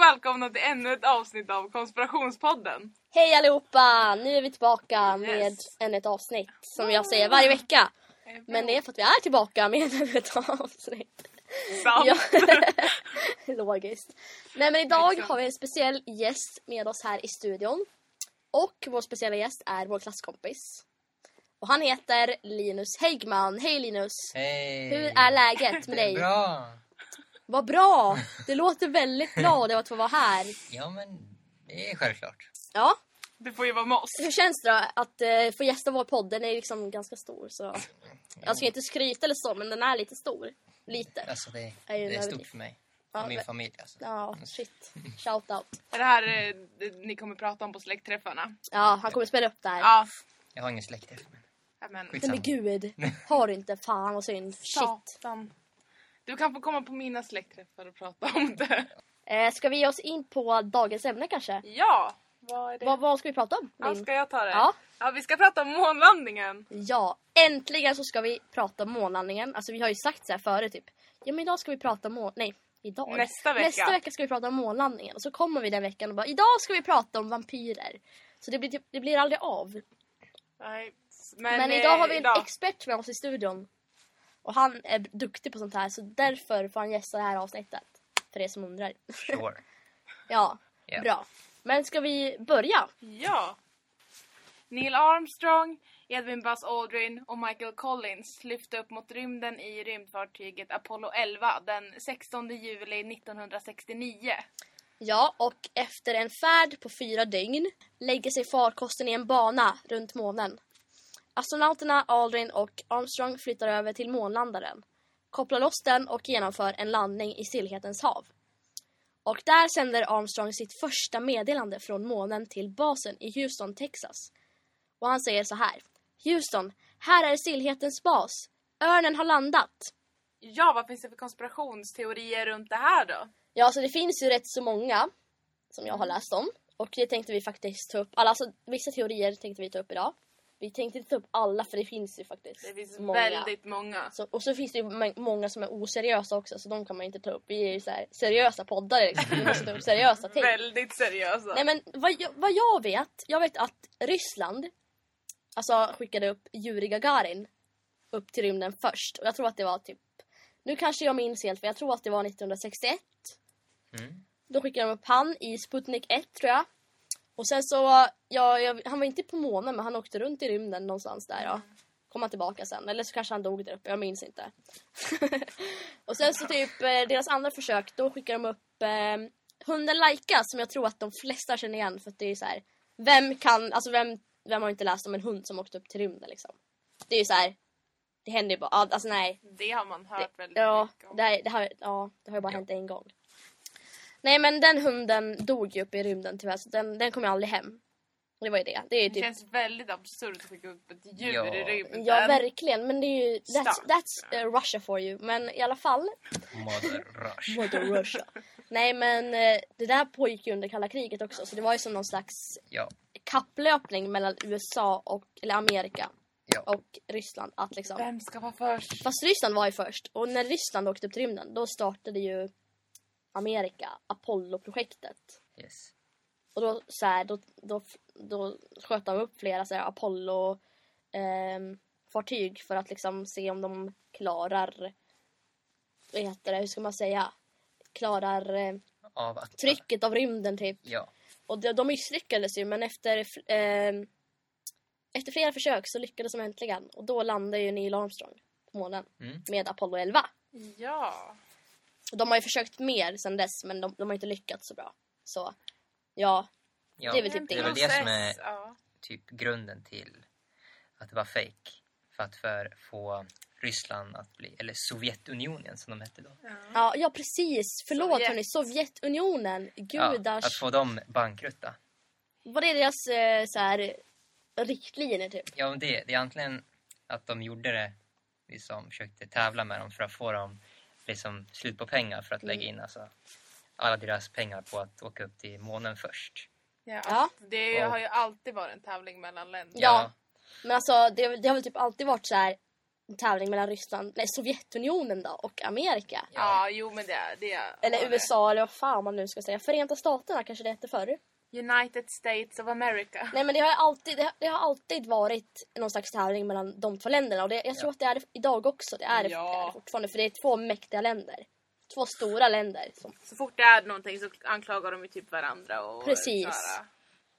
välkomna till ännu ett avsnitt av Konspirationspodden. Hej allihopa! Nu är vi tillbaka med Yes. ännu ett avsnitt som jag säger varje vecka. Men det är för att vi är tillbaka med ännu ett avsnitt. Sant. Ja. Logiskt. Nej men idag Exakt. har vi en speciell gäst med oss här i studion. Och vår speciella gäst är vår klasskompis. Och han heter Linus Häggman. Hej Linus! Hej! Hur är läget med dig? Bra! Vad bra! Du låter väldigt glad över att få vara här. Ja, men det är självklart. Ja, Du får ju vara med oss. Hur känns det då att eh, få gästa vår podd? Den är ju liksom ganska stor så... Jag ska inte skryta eller så, men den är lite stor. Lite. Alltså, det, Är ju det är nödvändigt. stort för mig Ja, och min men- familj. Alltså. Ja, shit. Shout out. Är det här eh, det ni kommer prata om på släktträffarna? Ja, han kommer spela upp det här. Ja. Jag har ingen släkt efter mig. ja men. Nej men gud. Har du inte? Fan vad synd. Shit. Satan. Du kan få komma på mina släktträffar och prata om det. Eh, ska vi ge oss in på dagens ämne kanske? Ja, vad är det? Vad, vad ska vi prata om? Ja, Lin? ska jag ta det? Ja. ja, vi ska prata om månlandningen. Ja, äntligen så ska vi prata om månlandningen. Alltså vi har ju sagt så här före typ. Ja men idag ska vi prata om mån... Nej, idag. Nästa vecka. Nästa vecka ska vi prata om månlandningen. Och så kommer vi den veckan och bara idag ska vi prata om vampyrer. Så det blir, typ, det blir aldrig av. Nej, Men, eh, idag har vi en expert med oss i studion. Och han är duktig på sånt här så därför får han gästa det här avsnittet. För er som undrar. Sure. Ja, Ja. bra. Men ska vi börja? Ja. Neil Armstrong, Edwin Buzz Aldrin och Michael Collins lyfte upp mot rymden i rymdfartyget Apollo 11 den 16 juli 1969. Ja, och efter en färd på fyra dygn lägger sig farkosten i en bana runt månen. Astronauterna Aldrin och Armstrong flyttar över till månlandaren, kopplar loss den och genomför en landning i Stillhetens hav. Och där sänder Armstrong sitt första meddelande från månen till basen i Houston, Texas. Och han säger så här. Houston, här är Stillhetens bas. Örnen har landat. Ja, vad finns det för konspirationsteorier runt det här då? Ja, så det finns ju rätt så många som jag har Mm. läst om. Och det tänkte vi faktiskt ta upp. Alla, alltså, vissa teorier tänkte vi ta upp idag. Vi tänkte inte ta upp alla för det finns ju faktiskt Det finns många. väldigt många. Så, och så finns det ju mäng- många som är oseriösa också så de kan man inte ta upp. Vi är ju så här, seriösa poddare liksom. Vi måste ta upp seriösa ting. Väldigt seriösa. Nej men vad jag, vad jag vet, jag vet att Ryssland alltså skickade upp Yuri Gagarin upp till rymden först. Och jag tror att det var typ, nu kanske jag minns helt för jag tror att det var 1961. Mm. Då skickade de upp han i Sputnik 1 tror jag. Och sen så, ja, jag, han var inte på månen men han åkte runt i rymden någonstans där ja. Kom han tillbaka sen, eller så kanske han dog där uppe, jag minns inte. och sen så typ eh, deras andra försök, då skickade de upp eh, hunden Laika som jag tror att de flesta känner igen för att det är ju så här. Vem kan, alltså vem, vem har inte läst om en hund som åkte upp till rymden liksom? Det är ju så här. Det händer ju bara, ja, alltså nej. Det har man hört väldigt Ja, mycket om. det, här- det, har, ja, det har ju bara hänt en gång. Nej men den hunden dog ju uppe i rymden tyvärr så den, den kom ju aldrig hem. Det var ju det. Det är ju Det typ, känns väldigt absurt att skicka upp ett djur Ja. i rymden. ja verkligen men det är ju, that's, Starkt. that's eh, Russia for you. Men i alla fall. Mother Rush. Mother Russia. Nej men eh, det där pågick ju under kalla kriget också så det var ju som någon slags Ja, kapplöpning mellan USA och, eller Amerika ja. och Ryssland att liksom Vem ska vara först? Fast Ryssland var ju först. Och när Ryssland åkte upp till rymden, då startade ju Amerika Apollo-projektet. Yes. Och då, så här, då, då, då sköt de upp flera så här, Apollo ehm, fartyg för att liksom se om de klarar vad heter det, hur ska man säga klarar eh, Av att... trycket av rymden typ. Ja. Och de, de misslyckades ju men efter, f- ehm, efter flera försök så lyckades de äntligen och då landade ju Neil Armstrong på månen Mm. med Apollo 11. Ja. Och de har ju försökt mer sen dess men de, de har inte lyckats så bra. Så ja, ja. Det är väl typ det. Det är väl det som är- Ja. typ grunden till att det var fake. För att för få Ryssland att bli... Eller Sovjetunionen som de hette då. ja, ja precis. Förlåt Sovjet. hörni, Sovjetunionen. Ja, att Gudars. få dem bankrutta. Var det deras eh, så här, riktlinjer typ? Ja, men det, det är antingen att de gjorde det, liksom försökte tävla med dem för att få dem liksom slut på pengar för att lägga Mm. in alltså, alla deras pengar på att åka upp till månen först. Ja, Ja. Det Wow. har ju alltid varit en tävling mellan länder. Ja. Men alltså det, det har väl typ alltid varit så här en tävling mellan Ryssland, nej Sovjetunionen då och Amerika. Ja, jo men det, det Eller var det. USA eller vad fan man nu ska säga. Förenta Staterna kanske det hette förr. United States of America. Nej men det har, ju alltid, det, har, det har alltid varit någon slags tävling mellan de två länderna. Och det, jag tror Ja. att det är det idag också. Det är det, Ja. det är det fortfarande. För det är två mäktiga länder. Två stora länder. Som, Så fort det är någonting så anklagar de ju typ varandra och Precis. såhär,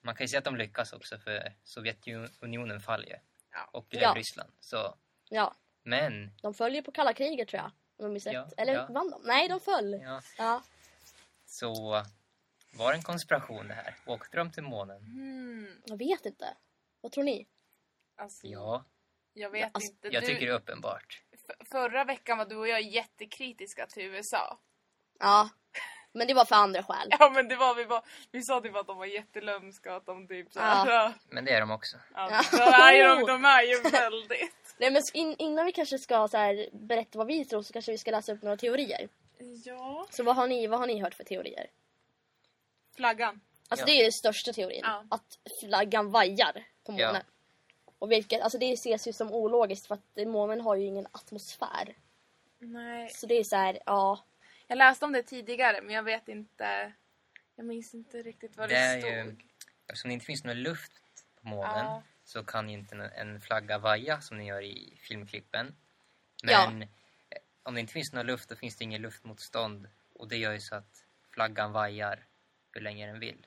Man kan ju säga att de lyckas också för Sovjetunionen faller ju. Ja. Och Ja. Ryssland. Så, ja, men, de följer på kalla kriget tror jag. Om jag minns Ja, rätt. Eller ja. vann de? Nej, de föll. Ja. ja, så var det en konspiration det här? Åkte de till månen? Hmm, Jag vet inte. Vad tror ni? alltså, Ja, Jag vet Alltså, inte. jag du, tycker det är uppenbart. f- förra veckan var du och jag jättekritiska till USA. Ja. Men det var för andra skäl. Ja men det var vi var, vi sa typ att de var jättelömska och att de typ såhär. Ja. Men det är de också. Alltså, de, är Oh. ju, de är ju väldigt. Nej, men så in, innan vi kanske ska så här, berätta vad vi tror så kanske vi ska läsa upp några teorier. Ja. Så vad har ni, vad har ni hört för teorier? Flaggan. Alltså Ja. det är den största teorin. Ja. Att flaggan vajar på Ja. månen. Och vilket, alltså det ses ju som ologiskt för att månen har ju ingen atmosfär. Nej. Så det är så här, ja. Jag läste om det tidigare men jag vet inte. Jag minns inte riktigt vad det, Det är ju- stod. Eftersom det inte finns någon luft på månen Ja. så kan ju inte en- en flagga vaja som ni gör i filmklippen. Ja. Men eh, om det inte finns någon luft då finns det ingen luftmotstånd och det gör ju så att flaggan vajar hur länge den vill.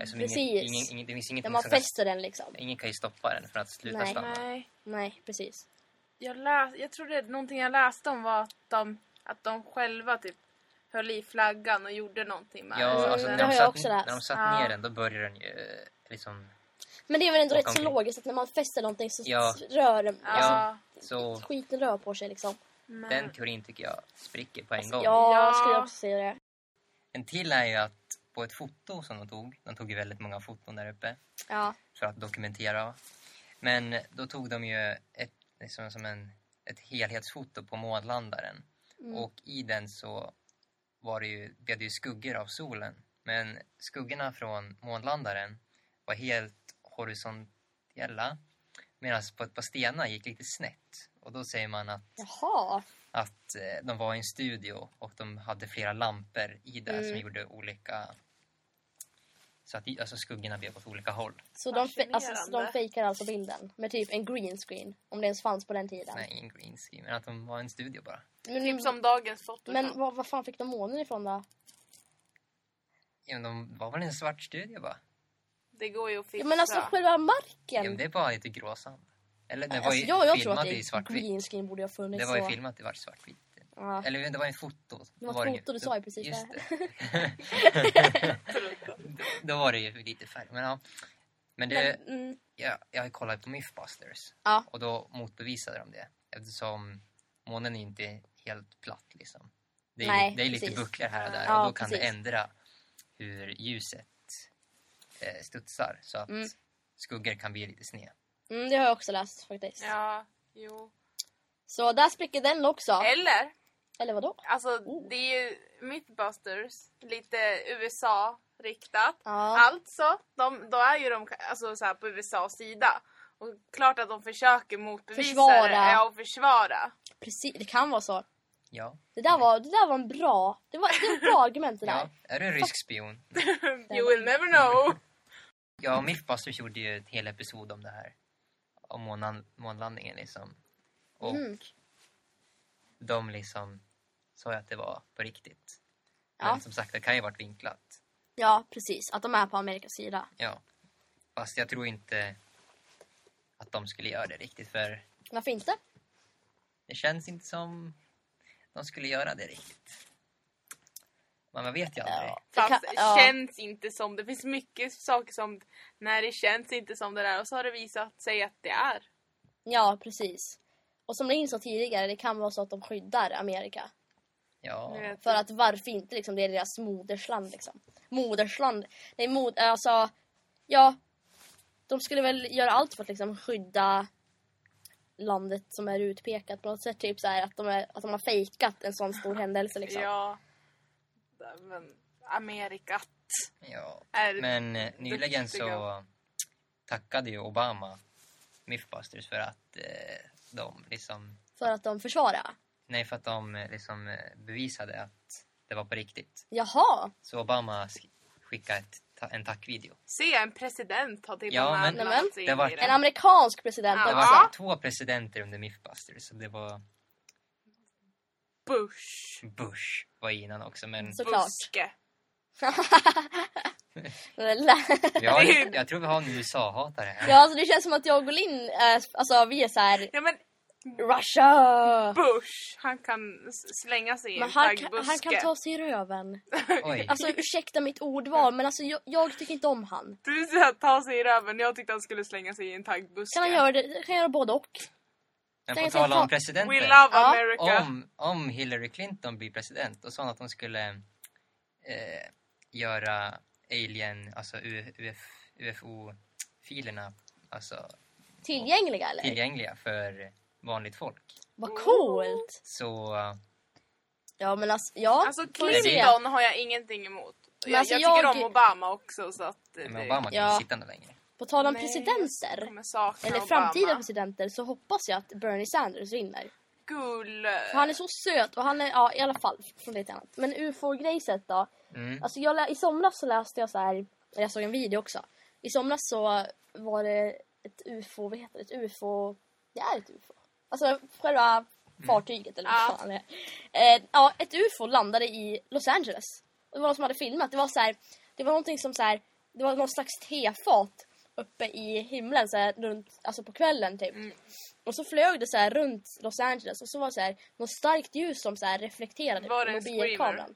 Eftersom ingen- Mm, Precis. ingen, ingen, det finns Där ingenting man som kan, fäster den liksom. ingen kan ju stoppa den från att sluta Nej. stanna. Nej. Nej, precis. Jag, läs, jag tror det någonting jag läste om var att de, att de själva typ höll i flaggan och gjorde någonting med Ja, den. alltså, det när, har jag de satt, också läst. när de satt Ja. ner den då börjar den ju eh, liksom... Men det är väl ändå Och rätt så omkring. logiskt att när man fäster någonting så Ja. rör den, Ja, alltså, Så skiten rör på sig liksom. men, den teorin tycker jag spricker på en gång. Ja, Ja. skulle Alltså, jag också säga det. En till är ju att på ett foto som de tog, de tog ju väldigt många foton där uppe Ja. för att dokumentera. Men då tog de ju ett, liksom, som en, ett helhetsfoto på månlandaren Mm. och i den så var det ju, blev det ju skuggor av solen. Men skuggorna från månlandaren var helt horisontella medan på ett par stenar gick lite snett. Och då säger man att Jaha. att eh, de var i en studio och de hade flera lampor i där som Mm. gjorde olika... Så att i- alltså, skuggorna blev åt olika håll. Så de, fe- alltså, så de Fascinerande. fejkar alltså bilden med typ en green screen. Om det ens fanns på den tiden. Nej, ingen green screen, men att de var i en studio bara. Men, Typ som dagens foto. men vad, vad fan fick de månen ifrån då? Ja, men de var väl i en svart studio bara? det går ju att Ja, fixa. men alltså själva Ja, men marken! det är bara lite gråsand. Eller det var Alltså, ju jag, jag tror filmat att i det är svartvitt. green screen borde ha funnits. Det var ju så- filmat i vart svartvitt. Ja. Eller det var ju ett foto. Det Då var ett ju- foto, du då- sa ju precis just det. Då, då var det ju lite färg. Men, ja. men det, Men, mm, ja, jag har ju kollat på Mythbusters. Ja. Och då motbevisade de det. Eftersom månen är inte helt platt liksom. Det är, Nej, det är lite precis. bucklor här och där. Ja, och då kan det precis. ändra hur ljuset eh, studsar. Så att Mm. skuggor kan bli lite sned. mm, det har jag också läst faktiskt. Ja, jo. Så där spricker den också. Eller, Eller vadå? alltså Oh. det är ju Mythbusters, lite USA-riktat. Ja. Alltså, de, då är ju de alltså, så här, på USAs sida. Och klart att de försöker motbevisa Försvara. det. Ja, och försvara. Precis, det kan vara så. Ja. Det där var, det där var en bra... Det var, det var ett bra argument det där. ja. Är du en rysk spion? you will never know. Ja, Mythbusters gjorde ju ett hel episod om det här. Om månan, månlandningen liksom. Och Mm. de liksom sa ju att det var på riktigt. Ja. Men som sagt, det kan ju ha varit vinklat. Ja, precis. Att de är på Amerikas sida. Ja. Fast jag tror inte att de skulle göra det riktigt för Varför inte? det känns inte som de skulle göra det riktigt. Men man vet ju aldrig. Ja. Det Fast kan- ja. känns inte som det. finns mycket saker som... när det känns inte som det där. Och så har det visat sig att det är. Ja, precis. Och som Linn sa tidigare, det kan vara så att de skyddar Amerika. Ni Ja. vet. För att varför inte liksom, det är deras modersland liksom. Modersland, nej mod, alltså, ja. De skulle väl göra allt för att liksom skydda landet som är utpekat på något sätt. Typ så här att de, är, att de har fejkat en sån stor händelse liksom. Ja. Men Amerikat. ja. Är Men eh, nyligen så duktiga. tackade ju Obama Mythbusters för att eh, de liksom För att de försvara? Nej, för att de eh, liksom eh, bevisade att det var på riktigt. Jaha! Så Obama sk- skickade ett, ta- en tackvideo. Se, en president har till Ja, och med men- Nämen. lagt sig Det in var- i En det. amerikansk president Ja. Det också. var Ja. två presidenter under Mythbusters. Så det var Bush. Bush var innan också. Men Såklart. Buske. vi har, jag tror vi har en USA-hatare här. ja, alltså det känns som att jag och Linn, eh, alltså vi är så här. Ja, men Russia! Bush, han kan s- slänga sig i Men en han, kan- taggbuske. han kan ta sig i röven. Oj. Alltså ursäkta mitt ordval, men alltså jag, jag tycker inte om han. Du sa ta sig i röven, jag tyckte han skulle slänga sig i en taggbuske. Kan han göra det? Kan han göra både och? Men tänk på att tal ta- om We presidenter. love Ja. America. Om, om Hillary Clinton blir president, då sa hon att hon skulle eh, göra alien, alltså U- UF, UFO-filerna alltså, Tillgängliga eller? tillgängliga för vanligt folk. Vad coolt! Så eh, Ja men alltså, ja. Alltså får vi se. Clinton har jag ingenting emot. Men jag, alltså, jag tycker jag- om Obama också så att... eh, men Obama kan Ja. inte sitta något längre. På tal om Nej, jag presidenter, kommer sakna eller Obama. framtida presidenter, så hoppas jag att Bernie Sanders vinner. Gull. För han är så söt och han är, ja i alla fall, från lite annat. Men ufo-grejset då. Mm. Alltså jag, lä- i somras så läste jag så här, eller jag såg en video också. I somras så var det ett ufo, vad heter det? Ett ufo, det är ett ufo. Alltså själva fartyget eller Mm. Ja. vad fan det är. Eh, ja, ett ufo landade i Los Angeles. Och det var någon som hade filmat. Det var så här, det var någonting som så här, det var någon slags tefat uppe i himlen så här, runt, alltså på kvällen typ. Mm. Och så flög det så här runt Los Angeles och så var det så här något starkt ljus som så här reflekterade Var på det en mobilkameran.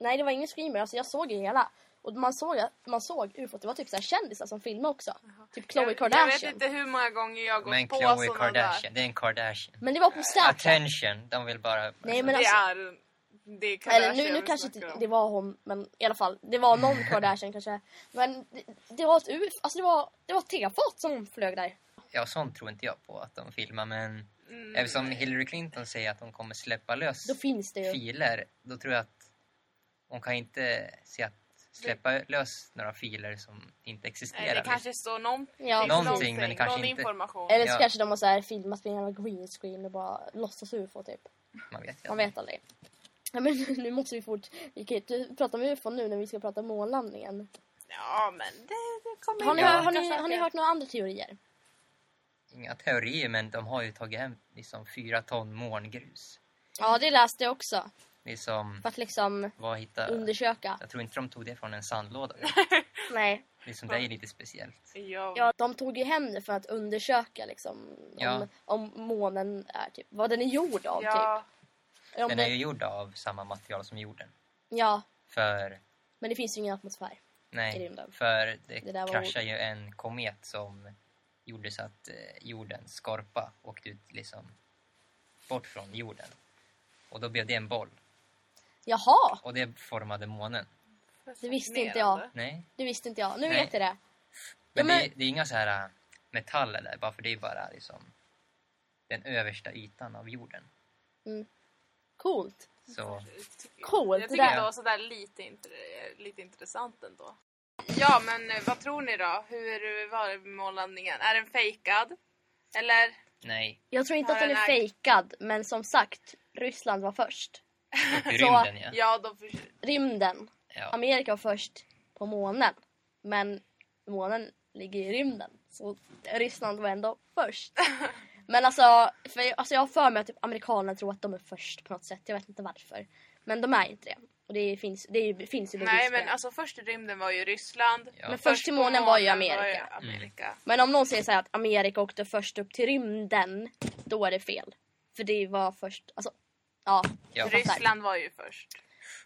Nej, det var ingen screamer. Alltså jag såg ju hela. Och man såg, man såg ufot. Det var typ så här kändisar som filmade också. Typ Khloe jag, jag vet Kardashian. inte hur många gånger jag har gått Men på Khloe såna där. Kardashian, det är en Kardashian. Men det var på Snapchat. Attention, de vill bara... Nej, men Det alltså- är... Det är Eller Kardashian nu, nu vi kanske snackar inte om. det var hon, men i alla fall. Det var någon Kardashian kanske. Men det, det var ett ufo. Alltså det var, det var ett tefat som flög där. Ja, sånt tror inte jag på att de filmar, men Mm. eftersom Hillary Clinton säger att hon kommer släppa lös Då finns det ju. filer, då tror jag att hon kan inte se att släppa lös några filer som inte Nej, existerar. det kanske står någon, Ja. finns Någonting, men det kanske någon inte- information. Eller så Ja. kanske de har så här filmat med en jävla green screen och bara låtsas ufo typ. Liksom. Man vet ju Man aldrig. vet aldrig. Ja, men nu- nu måste vi fort... Vi kan ju inte prata om ufo nu när vi ska prata om månlandningen. Ja, men det, det kommer Har ni, ju hör- har, olika ni, har ni saker. hört några andra teorier? Inga teorier, men de har ju tagit hem liksom fyra ton mångrus. Ja, det läste jag också. Liksom, För att liksom vad hittar... undersöka. Jag tror inte de tog det från en sandlåda. Nej. Liksom, det är lite speciellt. Ja. Ja, de tog ju hem det för att undersöka liksom Ja. om, om månen är typ, vad den är gjord av Ja. typ. Om Den är ju gjord av samma material som jorden. Ja, För, men det finns ju ingen atmosfär. i nej, rymden. för Det det, där var kraschar ju en komet som gjorde så att eh, jordens skorpa åkte ut liksom bort från jorden. Och då blev det en boll. Jaha, Och det formade månen. det visste inte jag. Nej. Det visste inte jag. Nu Nej. vet jag det. Men, Ja, men- Det, är, det är inga så här äh, metaller där, bara för det är bara liksom den översta ytan av jorden. Coolt. Så Coolt, Jag det tycker där. det var sådär lite, intre- lite intressant ändå. Ja, men eh, vad tror ni då? Hur var det med månlandningen? Är den fejkad? Eller? nej, Jag tror inte Har att den den är här- fejkad, men som sagt, Ryssland var först. upp i Så- rymden ja. Ja, då för... Rymden. ja. Amerika var först på månen. Men månen ligger i rymden. Så Ryssland var ändå först. Men alltså, för, jag- alltså jag har för mig att typ amerikanerna tror att de är först på något sätt. Jag vet inte varför. Men de är inte det. Och det finns, det är- finns ju bevis Nej, på det. men alltså först i rymden var ju Ryssland. Ja. Mm. Men först till på månen var ju ju Amerika. Amerika. Men om någon säger så här att Amerika åkte först upp till rymden, då är det fel. För det var först, alltså, ja. Ja. jag fattar. Ryssland var ju först.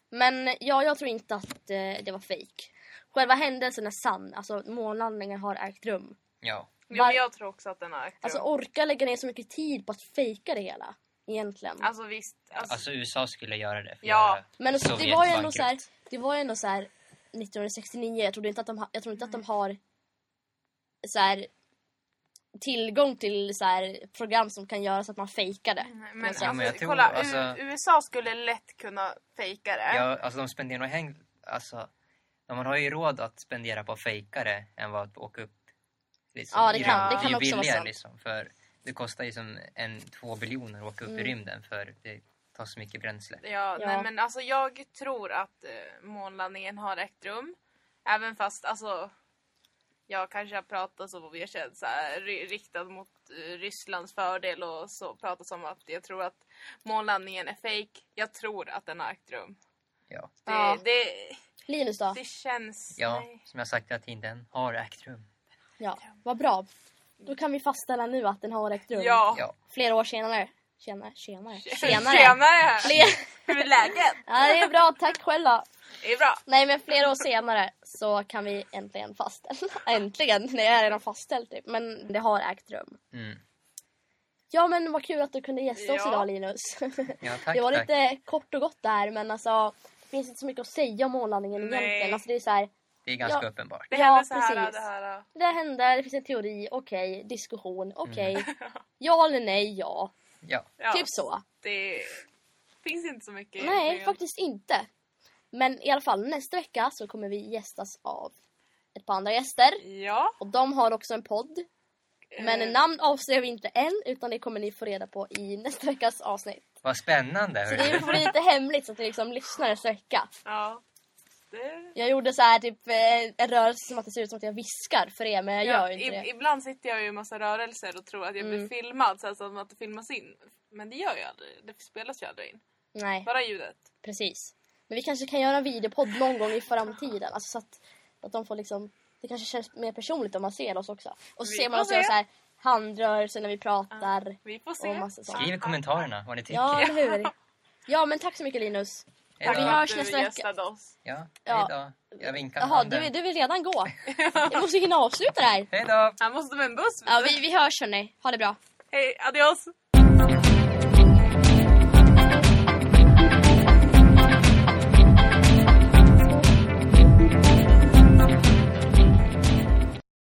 Men ja, jag tror inte att eh, det var fejk. Själva händelsen är sann, alltså månlandningen har ägt rum. ja. Jo, Var- men jag tror också att den har ägt Alltså rum. orka lägga ner så mycket tid på att fejka det hela, egentligen. Alltså visst. Alltså, Alltså USA skulle göra det. För Ja. att göra Men alltså, det Sovjet var ju ändå bankrutt. så här, det var ju ändå så här 1969, jag tror inte att de, ha, jag tror inte Mm. att de har så här, tillgång till så här, program som kan göra så att man fejkar det. nej, Ja, men, men alltså, jag tror- kolla, U- alltså- USA skulle lätt kunna fejka det. Ja, Äh. alltså de spenderar nog häng... Alltså, de har ju råd att spendera på fejkare än vad att åka upp. Liksom, Ja, det i kan- rymden. det kan är ju också vara billigare, sant. Liksom, för det kostar ju som en, två biljoner att åka upp i Mm. rymden för det tar så mycket bränsle. Ja, Nej, Ja. men alltså jag tror att eh, månlandningen har ägt rum. Även fast alltså jag kanske har pratat så, jag känner så här, ri- riktad mot eh, Rysslands fördel och så pratat om att jag tror att månlandningen är fake. Jag tror att den har ägt rum. Ja, Det, Ja. det, Linus då? det känns... ja nej. som jag sagt hela tiden, den har ägt rum. Ja, vad bra. Då kan vi fastställa nu att den har ägt rum. Ja. Ja, Flera år senare. Tjena, tjenare. Tjenare! Senare. Fler- Hur är läget? Ja, det är bra. Tack själv då. Det är bra. Nej, men flera år senare så kan vi äntligen fastställa. Äntligen? Det är redan fastställt typ. Men det har ägt rum. mm. Ja, men vad kul att du kunde gästa oss Ja. idag Linus. ja tack. det var tack. lite kort och gott där, men alltså det finns inte så mycket att säga om månlandningen Nej. egentligen. Alltså det är så här, Det är ganska Ja. uppenbart. Det Ja, hände så här, precis. det här. det där hände, det finns en teori, okej, diskussion, okej. Mm. Ja eller nej, ja. Ja, Ja, Typ så. Det finns inte så mycket. Nej, egentligen. faktiskt inte. Men i alla fall nästa vecka så kommer vi gästas av ett par andra gäster. Ja. Och de har också en podd. Men eh, namn avslöjar vi inte än, utan det kommer ni få reda på i nästa veckas avsnitt. vad spännande. Så det Eh. hörru. får bli lite hemligt så att ni liksom lyssnar nästa vecka. Ja. Det... Jag gjorde så här typ eh, en rörelse som att det ser ut som att jag viskar för er, men jag gör ju inte i- det. Ibland sitter jag ju i en massa rörelser och tror att jag blir Mm. filmad så här som att det filmas in. Men det gör jag aldrig. Det spelas ju aldrig in. Nej, Bara ljudet. precis. Men vi kanske kan göra en videopodd någon gång i framtiden. Alltså så att, att de får liksom... Det kanske känns mer personligt om man ser oss också. Och så Vi ser man får oss göra se. så här handrörelser när vi pratar. Vi får se. Och massa sånt. Skriv i kommentarerna vad ni tycker. Ja, eller hur? Ja, men tack så mycket Linus. Hej då. vi hörs Du nästa vecka. gästade oss. Ja, Ja. hej då. Jag vinkar med Jaha, du, handen. du vill redan gå? Vi måste hinna avsluta det här. Hej då! Han måste med en buss. Ja, vi, vi hörs hörni. Ha det bra. Hej, adios!